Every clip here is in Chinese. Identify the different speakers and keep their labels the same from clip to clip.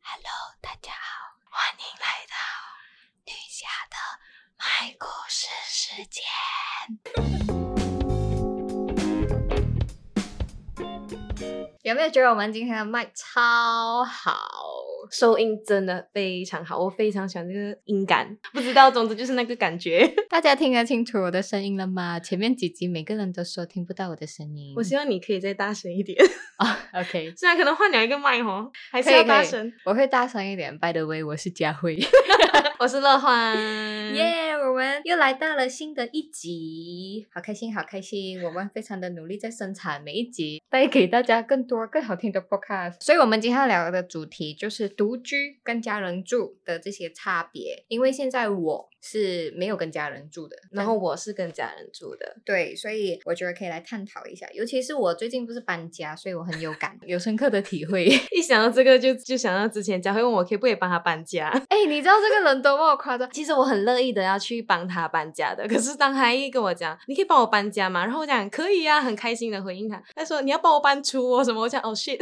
Speaker 1: Hello，大家好，欢迎来到女侠的买故事时间。
Speaker 2: 有没有觉得我们今天的麦超好？
Speaker 3: 收音真的非常好，我非常喜欢这个音感，不知道，总之就是那个感觉。
Speaker 2: 大家听得清楚我的声音了吗？前面几集每个人都说听不到我的声音，
Speaker 3: 我希望你可以再大声一点，
Speaker 2: 啊、OK，
Speaker 3: 虽然可能换了一个麦哦，还是
Speaker 2: 可以
Speaker 3: 要
Speaker 2: 可
Speaker 3: 大
Speaker 2: 以
Speaker 3: 声。
Speaker 2: 我会大声一点。By the way，我是佳慧，
Speaker 3: 我是乐欢，
Speaker 2: 耶我们又来到了新的一集，好开心，好开心！我们非常的努力在生产每一集，带给大家更多更好听的 podcast。所以，我们今天要聊的主题就是独居跟家人住的这些差别，因为现在我是没有跟家人住的，
Speaker 3: 然后我是跟家人住的，
Speaker 2: 对，所以我觉得可以来探讨一下，尤其是我最近不是搬家，所以我很有感， 有深刻的体会。
Speaker 3: 一想到这个就就想到之前佳慧问我可以不可以帮他搬家，
Speaker 2: 哎、你知道这个人多么夸张？
Speaker 3: 其实我很乐意的要去帮他搬家的，可是当他一跟我讲你可以帮我搬家吗？然后我讲可以呀、很开心的回应他。他说你要帮我搬出哦什么？我讲哦 shit，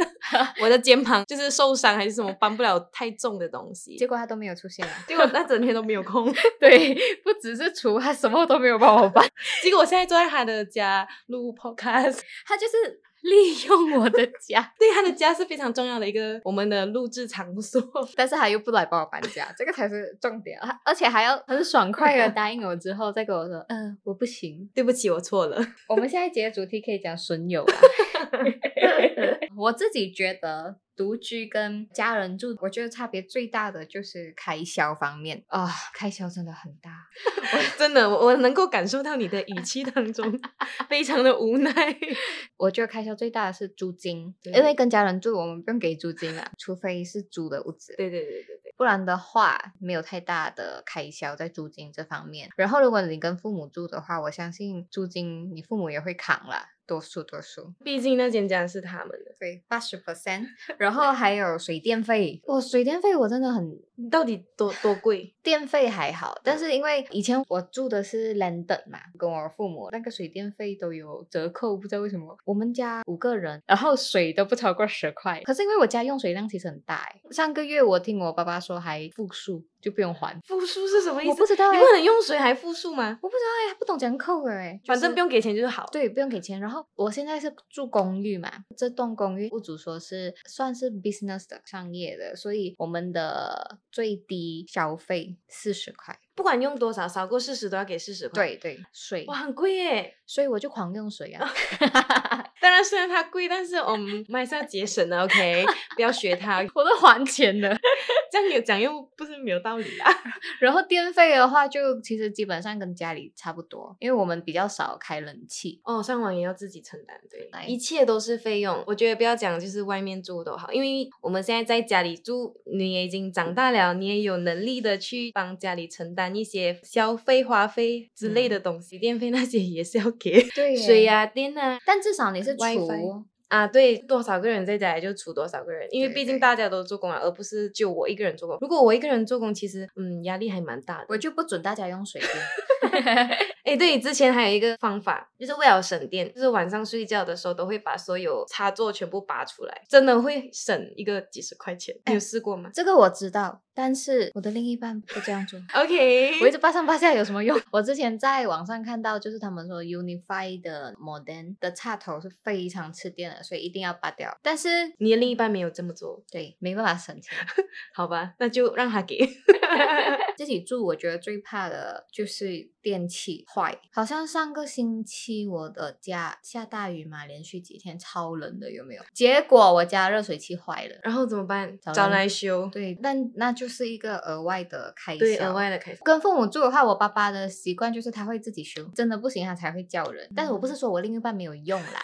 Speaker 3: 我 的肩膀就是受伤还是什么，搬不了太重的东西。！
Speaker 2: 结果他都没有出现啊
Speaker 3: 结果那整天都没有空。
Speaker 2: 对，不只是厨，他什么都没有帮我办，
Speaker 3: 结果我现在坐在他的家录 podcast，
Speaker 2: 他就是 利用我的家，
Speaker 3: 对他的家是非常重要的一个我们的录制场所。
Speaker 2: 但是他又不来帮我搬家，这个才是重点。他而且还要很爽快哦的答应我之后，再跟我说，嗯、我不行。
Speaker 3: 对不起，我错了。
Speaker 2: 我们下一节的主题可以讲损友 啊。我自己觉得独居跟家人住，我觉得差别最大的就是开销方面啊、开销真的很大。
Speaker 3: 真的，我我能够感受到你的语气当中非常的无奈。
Speaker 2: 我觉得开销最大的是租金，
Speaker 3: 对
Speaker 2: 因为跟家人住，我们不用给租金啊，除非是租的屋子，
Speaker 3: 对对对对对，
Speaker 2: 不然的话没有太大的开销在租金这方面。然后，如果你跟父母住的话，我相信租金你父母也会扛啦，多数多数。
Speaker 3: 毕竟那间家是他们的。
Speaker 2: 对，八十 percent，然 后还有水电费。我、水电费我真的很，
Speaker 3: 到底多多贵？
Speaker 2: 电费还好，但是因为以前我住的是 London 嘛，跟我父母那个水电费都有折扣，不知道为什么。我们家五个人，然后水都不超过十块。可是因为我家用水量其实很大、欸，上个月我听我爸爸说还负数，就不用还。
Speaker 3: 复数是什么意思？
Speaker 2: 我不知道、
Speaker 3: 你
Speaker 2: 欸，
Speaker 3: 不能用水还复数吗？
Speaker 2: 我不知道哎、欸，他不懂怎样扣的哎、欸，就
Speaker 3: 反正
Speaker 2: 是
Speaker 3: 不用给钱就是好。
Speaker 2: 对，不用给钱。然后我现在是住公寓嘛，这栋公寓屋主说是算是 business 的商业的，所以我们的最低消费四十块。
Speaker 3: 不管用多少，少过四十都要给四十块。
Speaker 2: 对对，水
Speaker 3: 哇，，很贵耶！
Speaker 2: 所以我就狂用水 啊。
Speaker 3: 当然，虽然它贵，但是我们 我们还是要节省的，OK？不要学它，
Speaker 2: 我都还钱了，
Speaker 3: 这样有讲又不是没有道理啦。
Speaker 2: 然后电费的话，就其实基本上跟家里差不多，因为我们比较少开冷 气。
Speaker 3: 哦，上网也要自己承担，对
Speaker 2: 来，
Speaker 3: 一切都是费用。我觉得不要讲，就是外面住都好，因为我们现在在家里住，你也已经长大了，你也有能力的去帮家里承担一些消费、花费之类的东西，电费那些也是要给，
Speaker 2: 对
Speaker 3: 水呀、电啊。
Speaker 2: 但至少你是
Speaker 3: WiFi
Speaker 2: 厨，
Speaker 3: 啊，对，多少个人在家里就出多少个人，因为
Speaker 2: 对
Speaker 3: 毕
Speaker 2: 对
Speaker 3: 竟大家都做工啊，而不是就我一个人做工。如果我一个人做工，其实嗯压力还蛮大的。
Speaker 2: 我就不准大家用水电。
Speaker 3: 哎，对，之前还有一个方法，就是为了省电，就是晚上睡觉的时候都会把所有插座全部拔出来，真的会省一个几十块钱。
Speaker 2: 哎
Speaker 3: 你有试过吗
Speaker 2: 这个我知道，但是我的另一半不这样做。
Speaker 3: ？OK，
Speaker 2: 我一直扒上扒下有什么用？ 我之前在网上看到，就是他们说 Unify 的 Modem 的插头是非常吃电的，所以一定要拔掉。但是
Speaker 3: 你的另一半没有这么做，
Speaker 2: 对，没办法省钱。
Speaker 3: 好吧，那就让他给。
Speaker 2: 自己住，我觉得最怕的就是电器坏。好像上个星期我的家下大雨嘛，连续几天超冷的，有没有？结果我家热水器坏了。
Speaker 3: 然后怎么办？
Speaker 2: 找
Speaker 3: 找
Speaker 2: 人
Speaker 3: 来修，
Speaker 2: 对，但那就是一个额外的开销。
Speaker 3: 对，额外的开销。
Speaker 2: 跟父母住的话，我爸爸的习惯就是他会自己修，真的不行他才会叫人。但是我不
Speaker 3: 嗯
Speaker 2: 是说我另一半没有用 啦，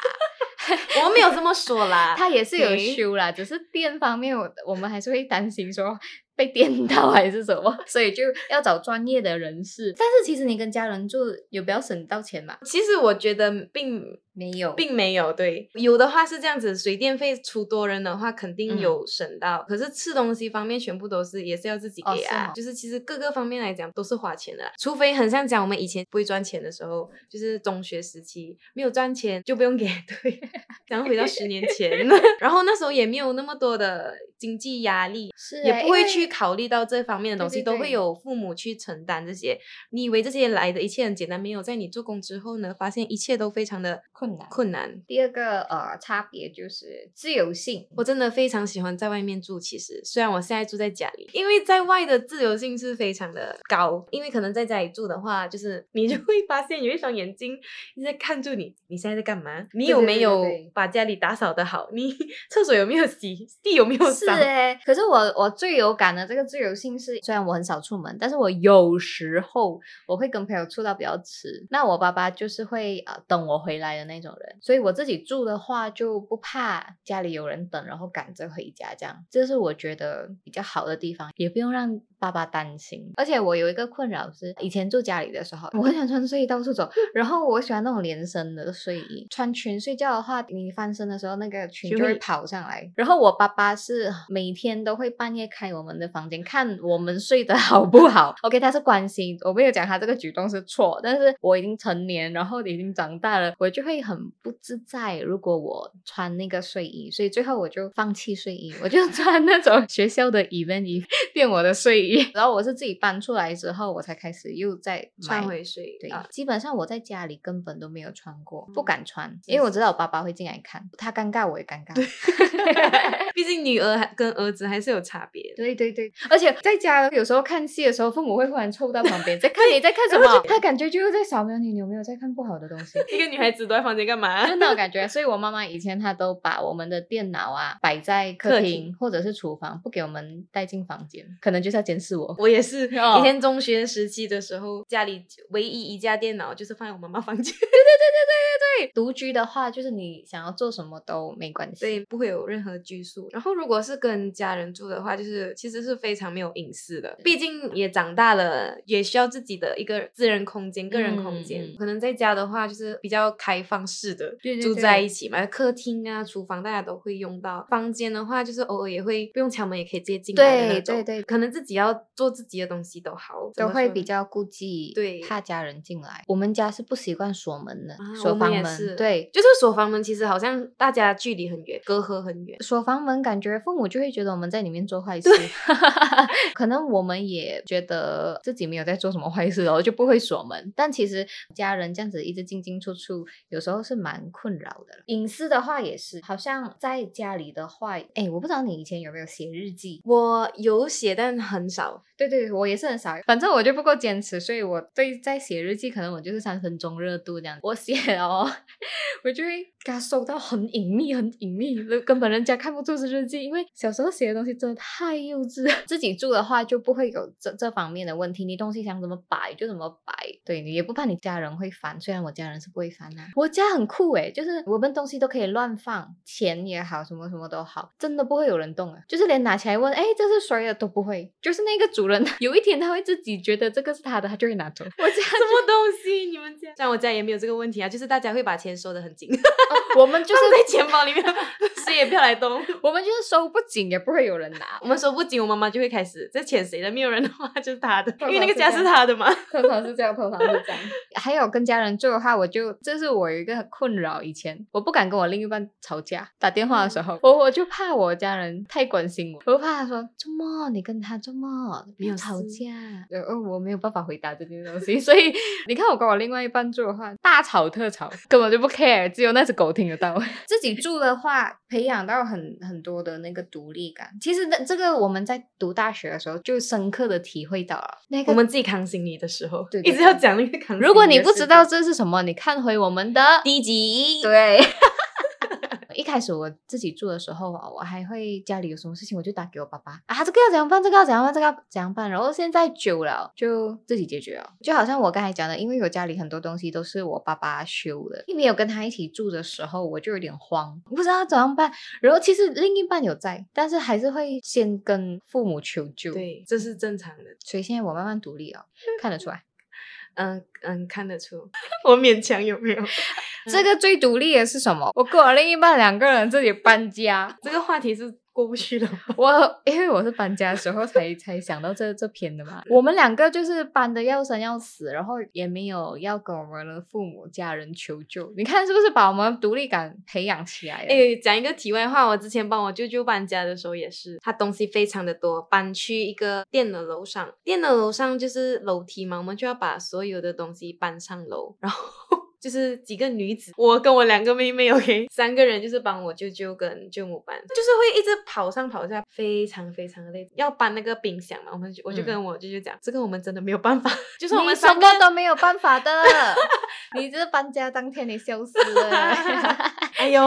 Speaker 3: 我没有这么说啦，
Speaker 2: 他也是有
Speaker 3: 对
Speaker 2: 修啦，只是电方面我我们还是会担心说被电到还是什么， 所以就要找专业的人士。但是其实你跟家人住有比较省到钱嘛？
Speaker 3: 其实我觉得并
Speaker 2: 没有，
Speaker 3: 并没有，对，有的话是这样子，水电费除多人的话，肯定
Speaker 2: 嗯
Speaker 3: 有省到。可是吃东西方面，全部都是也是要自己
Speaker 2: 哦
Speaker 3: 给
Speaker 2: 是
Speaker 3: 啊，
Speaker 2: 哦
Speaker 3: 就是其实各个方面来讲都是花钱的啦，除非很像讲我们以前不会赚钱的时候，就是中学时期没有赚钱就不用给， 对，然后回到十年 前，然后那时候也没有那么多的经济压力，
Speaker 2: 是
Speaker 3: 也
Speaker 2: 欸
Speaker 3: 不会。
Speaker 2: 因
Speaker 3: 去
Speaker 2: 为
Speaker 3: 考虑到这方面的
Speaker 2: 对
Speaker 3: 东西，
Speaker 2: 对
Speaker 3: 都
Speaker 2: 对
Speaker 3: 会有父母去承担这些。你以为这些来的一切很简单，没有在你做工之后呢，发现一切都非常的
Speaker 2: 困难
Speaker 3: 困难。
Speaker 2: 第二个呃差别就是自由性，
Speaker 3: 我真的非常喜欢在外面住，其实虽然我现在住在家里，因为在外的自由性是非常的高，因为可能在家里住的话，就是你就会发现有一双眼睛一直在看住你，你现在在干嘛？你有
Speaker 2: 对
Speaker 3: 没
Speaker 2: 对
Speaker 3: 有
Speaker 2: 对
Speaker 3: 把家里打扫的好？你 厕所有没有洗？地有没有
Speaker 2: 是
Speaker 3: 扫？
Speaker 2: 哎、可是我我最有感的这个自由性是，虽然我很少出门，但是我有时候我会跟朋友出到比较迟。那我爸爸就是会呃等我回来的那种人，所以我自己住的话就不怕家里有人等，然后赶着回家这样，这是我觉得比较好的地方，也不用让爸爸担心。而且我有一个困扰是，以前住家里的时候，我很想穿睡衣到处走，然后我喜欢那种连身的睡衣，穿裙睡觉的话，你翻身的时候那个裙
Speaker 3: 就
Speaker 2: 就会
Speaker 3: 会
Speaker 2: 跑上来。然后我爸爸是每天都会半夜开我们的房间，看我们睡得好不好。OK，他是关心，我没有讲他这个举动是错，但是我已经成年，然后已经长大了，我就会很不自在。如果我穿那个睡衣，所以最后我就放弃睡衣，我 就穿那种学校的 event 衣变我的睡衣。 然后我是自己搬出来之后，我才开始又再买
Speaker 3: 穿回睡
Speaker 2: 对，
Speaker 3: 啊，
Speaker 2: 基本上我在家里根本都没有穿过，不
Speaker 3: 嗯
Speaker 2: 敢穿，
Speaker 3: 是
Speaker 2: 因为我知道我爸爸会进来看，他尴尬我也 尴尬。
Speaker 3: 毕竟女儿还跟儿子还是有差别的。
Speaker 2: 对对对，而且在家有时候看戏的时候，父母会忽然凑到旁边，在看你在看什么， 他感觉就是在扫描你，你有没有在看不好的东西。
Speaker 3: 一个女孩子躲在房间干嘛？
Speaker 2: 就那种感觉，所以我妈妈以前她都把我们的电脑啊摆在客
Speaker 3: 客
Speaker 2: 厅
Speaker 3: 厅
Speaker 2: 或者是厨房，不给我们带进房间，可能就是要监视我。
Speaker 3: 我也是，
Speaker 2: 哦
Speaker 3: 以前中学时期的时候，家里唯一一架电脑就是放在我妈妈房间，
Speaker 2: 对，独居的话就是你想要做什么都没关系。
Speaker 3: 所以不会有任何拘束。然后如果是跟家人住的话，就是其实是非常没有隐私的，毕竟也长大了，也需要自己的一个私人空间、个人空间。
Speaker 2: 嗯嗯
Speaker 3: 可能在家的话，就是比较开放式的
Speaker 2: 对对
Speaker 3: 住
Speaker 2: 对
Speaker 3: 在一起嘛，客厅啊、厨房大家都会用到，房间的话就是偶尔也会不用敲门也可以直接进来的那
Speaker 2: 对
Speaker 3: 种。
Speaker 2: 对对
Speaker 3: 可能自己要做自己的东西都好，怎
Speaker 2: 都
Speaker 3: 么
Speaker 2: 会
Speaker 3: 说
Speaker 2: 比
Speaker 3: 呢
Speaker 2: 较顾忌，
Speaker 3: 对
Speaker 2: 怕家人进来。我们家是不习惯锁门的，
Speaker 3: 啊
Speaker 2: 锁
Speaker 3: 我们
Speaker 2: 房
Speaker 3: 也
Speaker 2: 门
Speaker 3: 是
Speaker 2: 对。
Speaker 3: 就是锁房门，其实好像大家距离很远，隔阂很远。
Speaker 2: 锁房门，感觉父母就会觉得我们在里面做坏事， 可能我们也觉得自己没有在做什么坏事，然哦后就不会锁门。但其实家人这样子一直进进出出，有时候是蛮困扰的。隐私的话也是，好像在家里的话，哎，我不知道你以前有没有写日记，
Speaker 3: 我有写，但很少。
Speaker 2: 对对，我也是很少，反正我就不够坚持，所以我对在写日记，可能我就是三分钟热度这样。我写了哦， 我就会给它收到很隐秘、很隐秘，根本人家看不出是日记，因为小时候写的东西真的太幼稚了。 自己住的话就不会有这这方面的问题，你东西想怎么摆就怎么摆，对你也不怕你家人会翻。虽然我家人是不会翻啊，我家很酷诶、就是我们东西都可以乱放，钱也好，什么什么都好，真的不会有人动啊，就是连拿起来问，哎，这是谁的都不会，就是那个主人 有一天他会自己觉得这个是他的，他就会拿走。我家
Speaker 3: 什么东西？你们家？像我家也没有这个问题啊，就是大家会把钱收的很紧，就
Speaker 2: 我们就是
Speaker 3: 是在钱包里面， 谁也不要来动。
Speaker 2: 我们就是收不紧，也不会有人拿
Speaker 3: 我。们收不紧，我妈妈就会开始这钱谁的，没有人的话就是他的，因为那个
Speaker 2: 爸爸
Speaker 3: 家
Speaker 2: 是
Speaker 3: 是
Speaker 2: 这样
Speaker 3: 他的嘛。
Speaker 2: 通常是这样，通常是这样。 还有跟家人住的话，我就这是我有一个很困扰。以前我不敢跟我另一半吵架，打电话的时候，我我就怕我家人太关心我，我怕他说周末你跟他周末不
Speaker 3: 没有
Speaker 2: 要吵
Speaker 3: 事
Speaker 2: 架，呃，呃我没有办法回答这件东西。 所以你看，我跟我另外一半住的话，大吵特吵，根本就不 care，只有那只狗听得到。 自己住的话，培养到很很多的那个独立感。其实那这个我们在读大学的时候就深刻的体会到了，那个
Speaker 3: 我们自己扛行李的时候，
Speaker 2: 对对
Speaker 3: 一直要讲那个扛行李的事情。
Speaker 2: 如果你不知道这是什么，你看回我们的
Speaker 3: 第一集，
Speaker 2: 对。 一开始我自己住的时候啊，我还会家里有什么事情我就打给我爸爸啊，这个要怎样办，这个要怎样办，这个要怎样办。然后现在久了就自己解决了，就好像我刚才讲的，因为我家里很多东西都是我爸爸修的，因为有跟他一起住的时候，我就有点慌，不知道怎样办。然后其实另一半有在，但是还是会先跟父母求救。，
Speaker 3: 对，这是正常的。
Speaker 2: 所以现在我慢慢独立了，看得出来。
Speaker 3: 嗯嗯，看得出， 我勉强有没有？ 嗯
Speaker 2: 这个最独立的是什么？我跟我另一半两个人自己搬家。
Speaker 3: 这个话题是过不去了吗。
Speaker 2: 我因为我是搬家的时候才才想到这这篇的嘛。我们两个就是搬的要生要死，然后也没有要跟我们的父母家人求救。你看是不是把我们独立感培养起来了？
Speaker 3: 诶，哎讲一个题外话，我之前帮我舅舅搬家的时候也是，他东西非常的多，搬去一个店的楼上，店的楼上就是楼梯嘛，我们就要把所有的东西搬上楼，然后。 就是几个女子，我跟我两个妹妹，OK，三个人就是帮我舅舅跟舅母搬，就是会一直跑上跑下，非常非常的累。要搬那个冰箱嘛，我们就我就
Speaker 2: 嗯
Speaker 3: 跟我舅舅讲，这个我们真的没有办法， 就是我
Speaker 2: 你
Speaker 3: 们
Speaker 2: 什
Speaker 3: 三
Speaker 2: 么
Speaker 3: 个
Speaker 2: 都没有办法的， 你这搬家当天你消失了。
Speaker 3: 哎呦，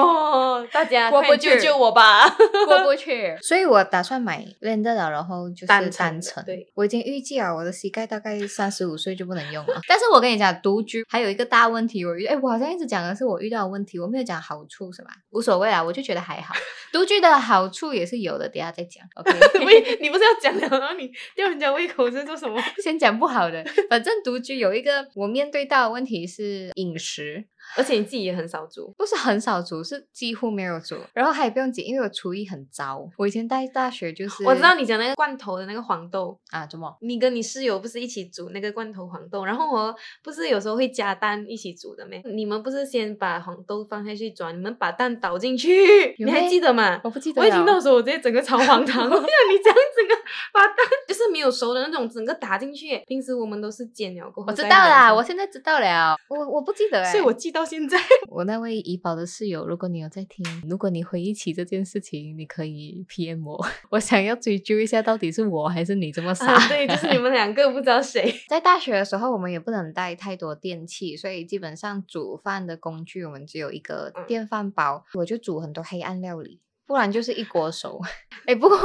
Speaker 3: 大家
Speaker 2: 过
Speaker 3: 快
Speaker 2: 不
Speaker 3: 点救
Speaker 2: 去
Speaker 3: 救我吧！
Speaker 2: 过不去，所以我打算买 Lander 了，然后就是
Speaker 3: 单
Speaker 2: 单
Speaker 3: 程
Speaker 2: 程。
Speaker 3: 的对，
Speaker 2: 我已经预计了，我的膝盖大概三十五岁就不能用了。但是我跟你讲，独居还有一个大问题，我遇哎，我好像一直讲的是我遇到的问题，我没有讲好处是吧？无所谓啦，我就觉得还好。独居的好处也是有的，等一下再讲。OK，
Speaker 3: 喂，你不是要讲了，然后你吊人家胃口是做什么？
Speaker 2: 先讲不好的，反正独居有一个我面对到的问题是饮食。
Speaker 3: 而且你自己也很少煮，
Speaker 2: 不是很少煮，是几乎没有煮，然后还不用紧，因为我厨艺很糟。我以前在大学就是，
Speaker 3: 我知道你讲那个罐头的那个黄豆，
Speaker 2: 啊，怎么？
Speaker 3: 你跟你室友不是一起煮那个罐头黄豆，然后我不是有时候会加蛋一起煮的咩？你们不是先把黄豆放下去抓，你们把蛋倒进去，
Speaker 2: 有
Speaker 3: 你还
Speaker 2: 咩
Speaker 3: 记得吗？
Speaker 2: 我不记得了。
Speaker 3: 我一听到的时候，我直接整个超荒唐。我像 你这样整个把蛋 就是没有熟的那种，整个打进去。平时我们都是煎了过后
Speaker 2: 我知
Speaker 3: 再
Speaker 2: 道啦，
Speaker 3: 焖
Speaker 2: 我现在知道了，我我不记得哎、
Speaker 3: 所以我记到现在。
Speaker 2: 我那位怡宝的室友，如果你有在听，如果你回忆起这件事情，你可以 PM 我， 我想要追究一下到底是我还是你这么傻。
Speaker 3: 啊，对，就是你们两个不知道谁。
Speaker 2: 在大学的时候，我们也不能带太多电器，所以基本上煮饭的工具我们只有一个
Speaker 3: 嗯
Speaker 2: 电饭煲，我就煮很多黑暗料理。不然就是一锅熟， 哎、不过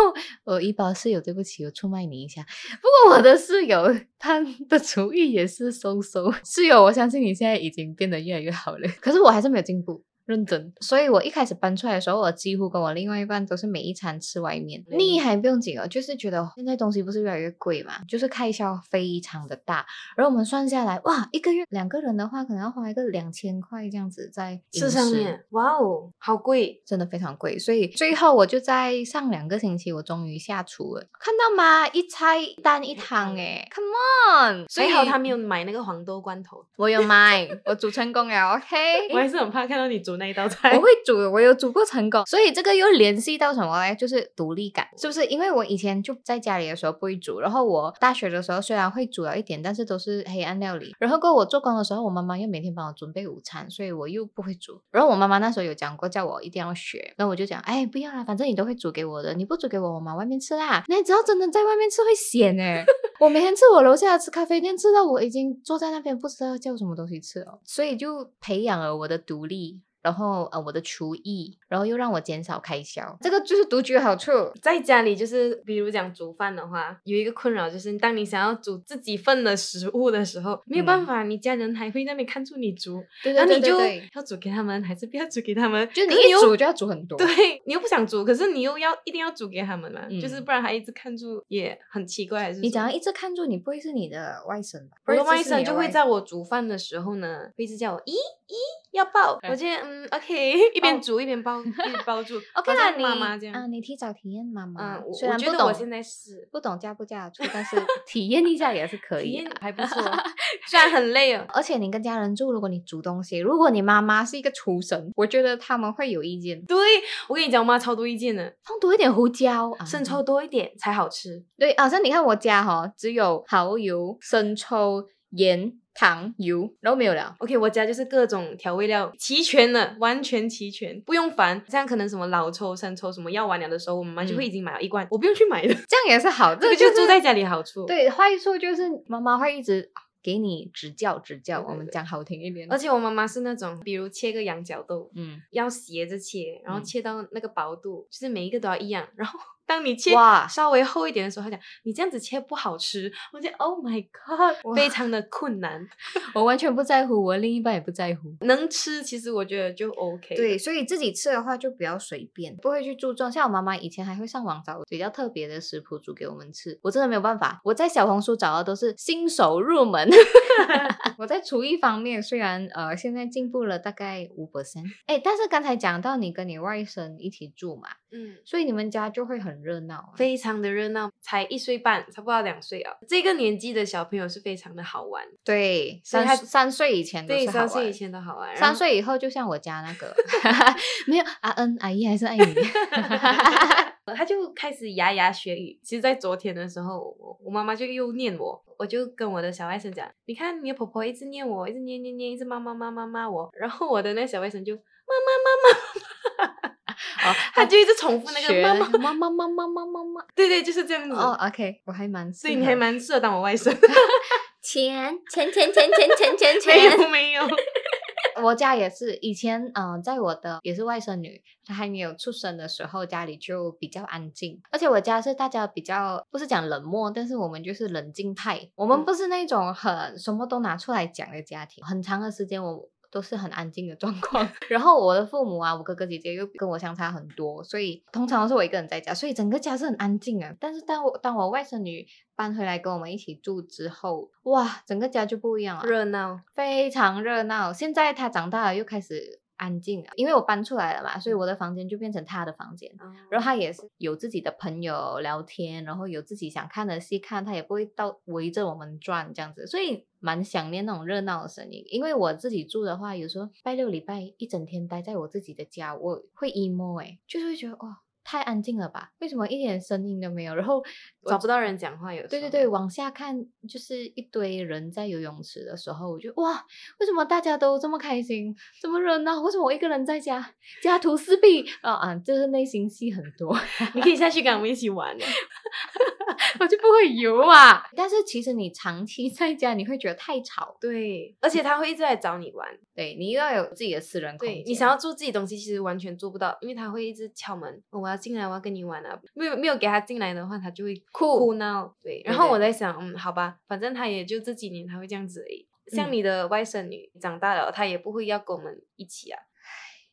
Speaker 2: 我怡宝室友，对不起，我出卖你一下。不过我的室友他的厨艺也是收收，室友，我相信你现在已经变得越来越好了，嗯可是我还是没有进步。认真，所以我一开始搬出来的时候，我几乎跟我另外一半都是每一餐吃外面，
Speaker 3: 嗯
Speaker 2: 腻还不用紧哦，就是觉得现在东西不是越来越贵嘛，就是开销非常的大。然后我们算下来，哇，一个月两个人的话，可能要花一个两千块这样子在饮
Speaker 3: 吃上
Speaker 2: 食
Speaker 3: 面，哇哦，好贵！
Speaker 2: 真的非常贵，所以最后我就在上两个星期，我终于下厨了。看到吗？一菜一蛋一汤，哎，Come on！所
Speaker 3: 嗯还
Speaker 2: 以
Speaker 3: 好他没有买那个黄豆罐头，
Speaker 2: 我有买，我煮成功了，OK。
Speaker 3: 我还是很怕看到你煮那一道 菜。
Speaker 2: 我会煮，我有煮过成功，所以这个又联系到什么嘞？就是独立感，是不是？因为我以前就在家里的时候不会煮，然后我大学的时候虽然会煮了一点，但是都是黑暗料理。然后过后我做工的时候，我妈妈又每天帮我准备午餐，所以我又不会煮。然后我妈妈那时候有讲过，叫我一定要学，那我就讲，哎，不要啦，反正你都会煮给我的，你不煮给我，我买外面吃啦。那你知道真的在外面吃会咸哎、我每天吃我楼下吃咖啡店，吃到我已经坐在那边不知道叫什么东西吃了，所以就培养了我的独立，然后呃我的厨艺，然后又让我减少开销，这个就是独居的好处。
Speaker 3: 在家里就是，比如讲煮饭的话，有一个困扰就是，当你想要煮自己份的食物的时候，没有办法，你家人还会在那边看住你煮，
Speaker 2: 嗯对
Speaker 3: 那
Speaker 2: 对对
Speaker 3: 你
Speaker 2: 对
Speaker 3: 就
Speaker 2: 对，
Speaker 3: 要煮给他们，还是不要煮给他们？
Speaker 2: 就是
Speaker 3: 可
Speaker 2: 你
Speaker 3: 是
Speaker 2: 一
Speaker 3: 又
Speaker 2: 煮 就要煮很多。
Speaker 3: 对你又不想煮，可是你又要一定要煮给他们嘛，啊
Speaker 2: 嗯
Speaker 3: 就是不然还一直看住也很奇怪，还是
Speaker 2: 你
Speaker 3: 什
Speaker 2: 只
Speaker 3: 么
Speaker 2: 要一直看住，你不会是你的外甥吧？
Speaker 3: 我的
Speaker 2: 不会
Speaker 3: 外
Speaker 2: 是是你
Speaker 3: 甥就会
Speaker 2: 外
Speaker 3: 在我煮饭的时候呢，会一直叫我咦咦要抱，我
Speaker 2: 嗯
Speaker 3: 觉得嗯 OK，一边
Speaker 2: 抱
Speaker 3: 煮一边抱，一边抱住
Speaker 2: OK
Speaker 3: 好
Speaker 2: 啦，
Speaker 3: 像
Speaker 2: 你
Speaker 3: 妈妈这
Speaker 2: 啊，
Speaker 3: 样。
Speaker 2: 你提早体验妈妈。
Speaker 3: 嗯，我
Speaker 2: 虽
Speaker 3: 我
Speaker 2: 然
Speaker 3: 觉
Speaker 2: 不
Speaker 3: 得
Speaker 2: 懂
Speaker 3: 我现在是
Speaker 2: 不懂嫁不嫁得出，但是 体验一下也是可
Speaker 3: 体
Speaker 2: 以的
Speaker 3: 验。还不错，虽然很累哦。
Speaker 2: 而且你跟家人住，如果你煮东西，如果你妈妈是一个厨神，我觉得他们会有意见。
Speaker 3: 对，我跟你讲，我妈超多意见的，
Speaker 2: 放多一点胡椒啊，
Speaker 3: 生抽多一点才好吃。
Speaker 2: 对，好像你看我家哈、只有蚝油、生抽、盐、糖、油，然后没有了。
Speaker 3: OK，我家就是各种调味料齐全了，完全齐全，不用烦。像可能什么老抽、生抽什么要完了的时候，我妈妈就会
Speaker 2: 嗯
Speaker 3: 已经买了一罐，我不用去买的。
Speaker 2: 这样也是好，
Speaker 3: 这个
Speaker 2: 就
Speaker 3: 就是住在家里好处。
Speaker 2: 对坏处就是妈妈会一直给你指教指教，
Speaker 3: 对对
Speaker 2: 我们
Speaker 3: 对
Speaker 2: 讲好听一点，
Speaker 3: 而且我妈妈是那种，比如切个羊角豆，
Speaker 2: 嗯，
Speaker 3: 要斜着切，然后
Speaker 2: 嗯
Speaker 3: 切到那个薄度，就是每一个都要一样。然后 当你切
Speaker 2: 哇
Speaker 3: 稍微厚一点的时候，她讲你这样子切不好吃，我就 Oh my God，
Speaker 2: 哇
Speaker 3: 非常的困难。
Speaker 2: 我完全不在乎，我另一半也不在乎。
Speaker 3: 能吃，其实我觉得就 OK。
Speaker 2: 对，，所以自己吃的话就比较随便，不会去注重。像我妈妈以前还会上网找比较特别的食谱煮给我们吃，我真的没有办法。我在小红书找的都是新手入门。 我在厨艺方面虽然呃现在进步了大概五 percent，哎，诶但是刚才讲到你跟你外甥一起住嘛，
Speaker 3: 嗯。
Speaker 2: 所以你们家就会很热闹、啊。
Speaker 3: 非常的热闹，才一岁半，差不多要两岁啊。这个年纪的小朋友是非常的好玩，
Speaker 2: 对，
Speaker 3: 所以
Speaker 2: 三
Speaker 3: 他
Speaker 2: 三岁以前都
Speaker 3: 对，
Speaker 2: 是好
Speaker 3: 三岁以
Speaker 2: 玩
Speaker 3: 前都好玩。然
Speaker 2: 三
Speaker 3: 后
Speaker 2: 岁以后就像我家那个， 没有阿恩阿姨还是爱 你。
Speaker 3: 他就开始牙牙学语。其实，在昨天的时候，我我妈妈就又念我，我就跟我的小外甥讲：“你看，你的婆婆一直念我，一直念念念，一直骂骂骂骂骂我。”然后我的那小外甥就骂骂骂骂，
Speaker 2: 哦，
Speaker 3: 他就一直重复那
Speaker 2: 学
Speaker 3: 个骂
Speaker 2: 那
Speaker 3: 骂。
Speaker 2: 个妈妈妈妈妈妈妈。
Speaker 3: 对对，就是这样子。
Speaker 2: 哦，OK，我还蛮适合，
Speaker 3: 所以你还蛮适合当我外 甥，
Speaker 2: 钱钱钱钱钱钱钱
Speaker 3: 没
Speaker 2: 钱。
Speaker 3: 有没有，
Speaker 2: 我家也是，以前嗯、呃在我的也是外甥女，她还没有出生的时候，家里就比较安静，而且我家是大家比较不是讲冷漠，但是我们就是冷静派，我们
Speaker 3: 嗯
Speaker 2: 不是那种很什么都拿出来讲的家庭，很长的时间我。都是很安静的状况， 然后我的父母啊，我哥哥姐姐又跟我相差很多，所以通常都是我一个人在家，所以整个家是很安静啊。但是当我当我外甥女搬回来跟我们一起住之后，哇，整个家就不一样了，
Speaker 3: 热闹。
Speaker 2: 非常热闹。现在他长大了，又开始安静了，因为我搬出来了嘛，所以我的房间就变成他的房间。
Speaker 3: 嗯
Speaker 2: 然后他也是有自己的朋友聊天，然后有自己想看的戏看，他也不会到围着我们转这样子，所以蛮想念那种热闹的声音。因为我自己住的话，有时候拜六礼拜一整天待在我自己的家，我会 emo 哎、就是会觉得哇。太安静了吧？为什么一点声音都没有？然后
Speaker 3: 找不到人讲话有时候
Speaker 2: 对对对，往下看就是一堆人在游泳池的时候，我就哇，为什么大家都这么开心，这么热闹？为什么我一个人在家家徒四壁啊啊？就是内心戏很多，
Speaker 3: 你可以下去跟我们一起玩。
Speaker 2: 我就不会游啊。但是其实你长期在家，你会觉得太吵，
Speaker 3: 对，而且他会一直来找你玩。
Speaker 2: 对你又要有自己的私人空
Speaker 3: 对
Speaker 2: 间。
Speaker 3: 你想要做自己东西，其实完全做不到，因为他会一直敲门，哦我要进来，我要跟你玩啊。没有没有给他进来的话，他就会
Speaker 2: 哭
Speaker 3: 哭闹。对，然
Speaker 2: 对
Speaker 3: 后
Speaker 2: 对
Speaker 3: 我在想，嗯，好吧，反正他也就这几年他会这样子而已。像
Speaker 2: 嗯
Speaker 3: 你的外甥女长大了，她也不会要跟我们一起啊，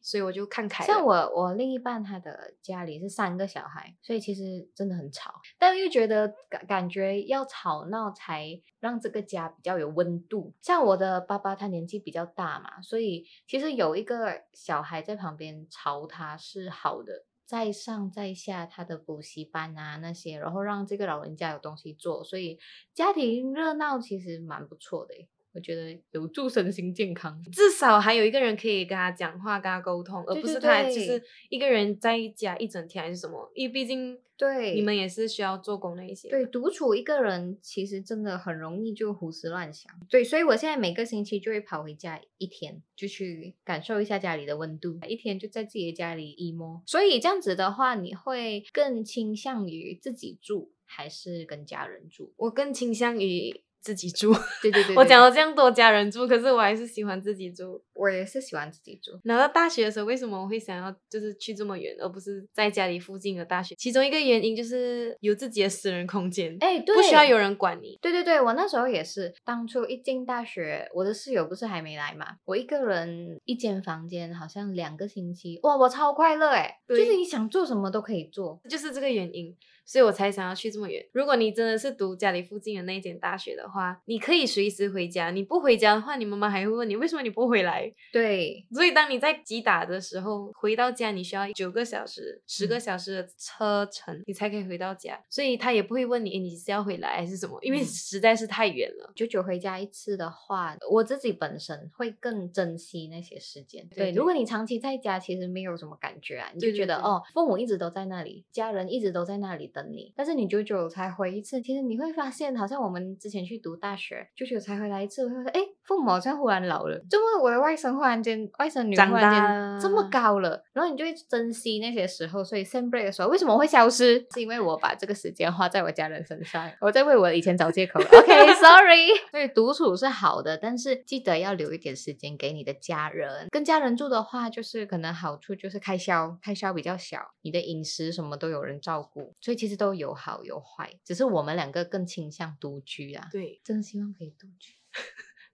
Speaker 3: 所以我就看开了。
Speaker 2: 像我，我另一半他的家里是三个小孩，所以其实真的很吵，但又觉得感感觉要吵闹才让这个家比较有温度。像我的爸爸，他年纪比较大嘛，所以其实有一个小孩在旁边吵他是好的。在上在下他的补习班啊那些，然后让这个老人家有东西做，所以家庭热闹其实蛮不错的诶，我觉得有助身心健康。
Speaker 3: 至少还有一个人可以跟他讲话、跟他沟通，而
Speaker 2: 对
Speaker 3: 不
Speaker 2: 对
Speaker 3: 是他就
Speaker 2: 对
Speaker 3: 是一个人在家一整天还是什么。因为毕竟
Speaker 2: 对，
Speaker 3: 你们也是需要做工的一些。
Speaker 2: 对，独处一个人其实真的很容易就胡思乱想。对，所以我现在每个星期就会跑回家一天，就去感受一下家里的温度，一天就在自己的家里 emo。所以这样子的话，你会更倾向于自己住还是跟家人住？
Speaker 3: 我更倾向于自己住。
Speaker 2: 对对对
Speaker 3: 我
Speaker 2: 对
Speaker 3: 讲了这样多家人住，可是我还是喜欢自己住。
Speaker 2: 我也是喜欢自己住。
Speaker 3: 然后到大学的时候，为什么我会想要就是去这么远，而不是在家里附近的大学？其中一个原因就是有自己的私人空间，
Speaker 2: 哎，对，
Speaker 3: 不需要有人管你。
Speaker 2: 对对对，我那时候也是，当初一进大学，我的室友不是还没来嘛，我一个人一间房间，好像两个星期，哇，我超快乐哎，就
Speaker 3: 对
Speaker 2: 是你想做什么都可以做。
Speaker 3: 就是这个原因，所以我才想要去这么远。如果你真的是读家里附近的那一间大学的话，你可以随时回家。你不回家的话，你妈妈还会问你为什么你不回来。
Speaker 2: 对，
Speaker 3: 所以当你在击打的时候，回到家你需要九个小时、十个小时的车程，你才可以回到家。所以他也不会问你诶你是要回来还是什么，因为
Speaker 2: 嗯
Speaker 3: 实在是太远了。
Speaker 2: 久久回家一次的话，我自己本身会更珍惜那些时间。
Speaker 3: 对
Speaker 2: 对，
Speaker 3: 对
Speaker 2: 如果你长期在家，其实没有什么感觉啊，你就
Speaker 3: 对对
Speaker 2: 觉得
Speaker 3: 对
Speaker 2: 哦，父母一直都在那里，家人一直都在那里等你，但是你久久才回一次，其实你会发现，好像我们之前去读大学，久久才回来一次，会发现哎，诶父母好像忽然老了，怎么我的外甥忽然间外甥女
Speaker 3: 长
Speaker 2: 忽
Speaker 3: 大
Speaker 2: 然间这么高了，然后你就会珍惜那些时候。所以 sem break 的时候为什么会消失？是因为我把这个时间花在我家人身上，我在为我以前找借口。OK，sorry、所以独处是好的，但是记得要留一点时间给你的家人。跟家人住的话，就是可能好处就是开销，开销比较小，你的饮食什么都有人照顾，所以其实都有好有坏，只是我们两个更倾向独居啊。
Speaker 3: 对，
Speaker 2: 真的希望可以独居。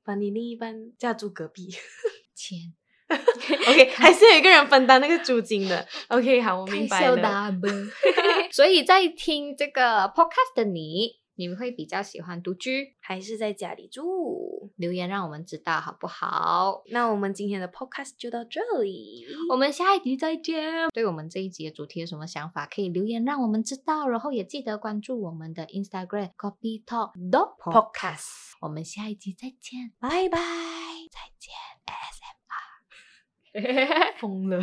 Speaker 3: 把你另一半嫁住隔壁
Speaker 2: 钱
Speaker 3: ，OK，还是有一个人分担那个租金的。OK，好，我明白
Speaker 2: 太
Speaker 3: 了。
Speaker 2: 了。所以在听这个 podcast 的你，你们会比较喜欢独居？
Speaker 3: 还是在家里住。
Speaker 2: 留言让我们知道好不好？
Speaker 3: 那我们今天的 podcast 就到这里，
Speaker 2: 我们下一集再见。对我们这一集的主题有什么想法，可以留言让我们知道。然后也记得关注我们的 Instagram Copy Talk Dog Podcast。我们下一集再见，
Speaker 3: 拜 拜。
Speaker 2: 再见
Speaker 3: 疯了。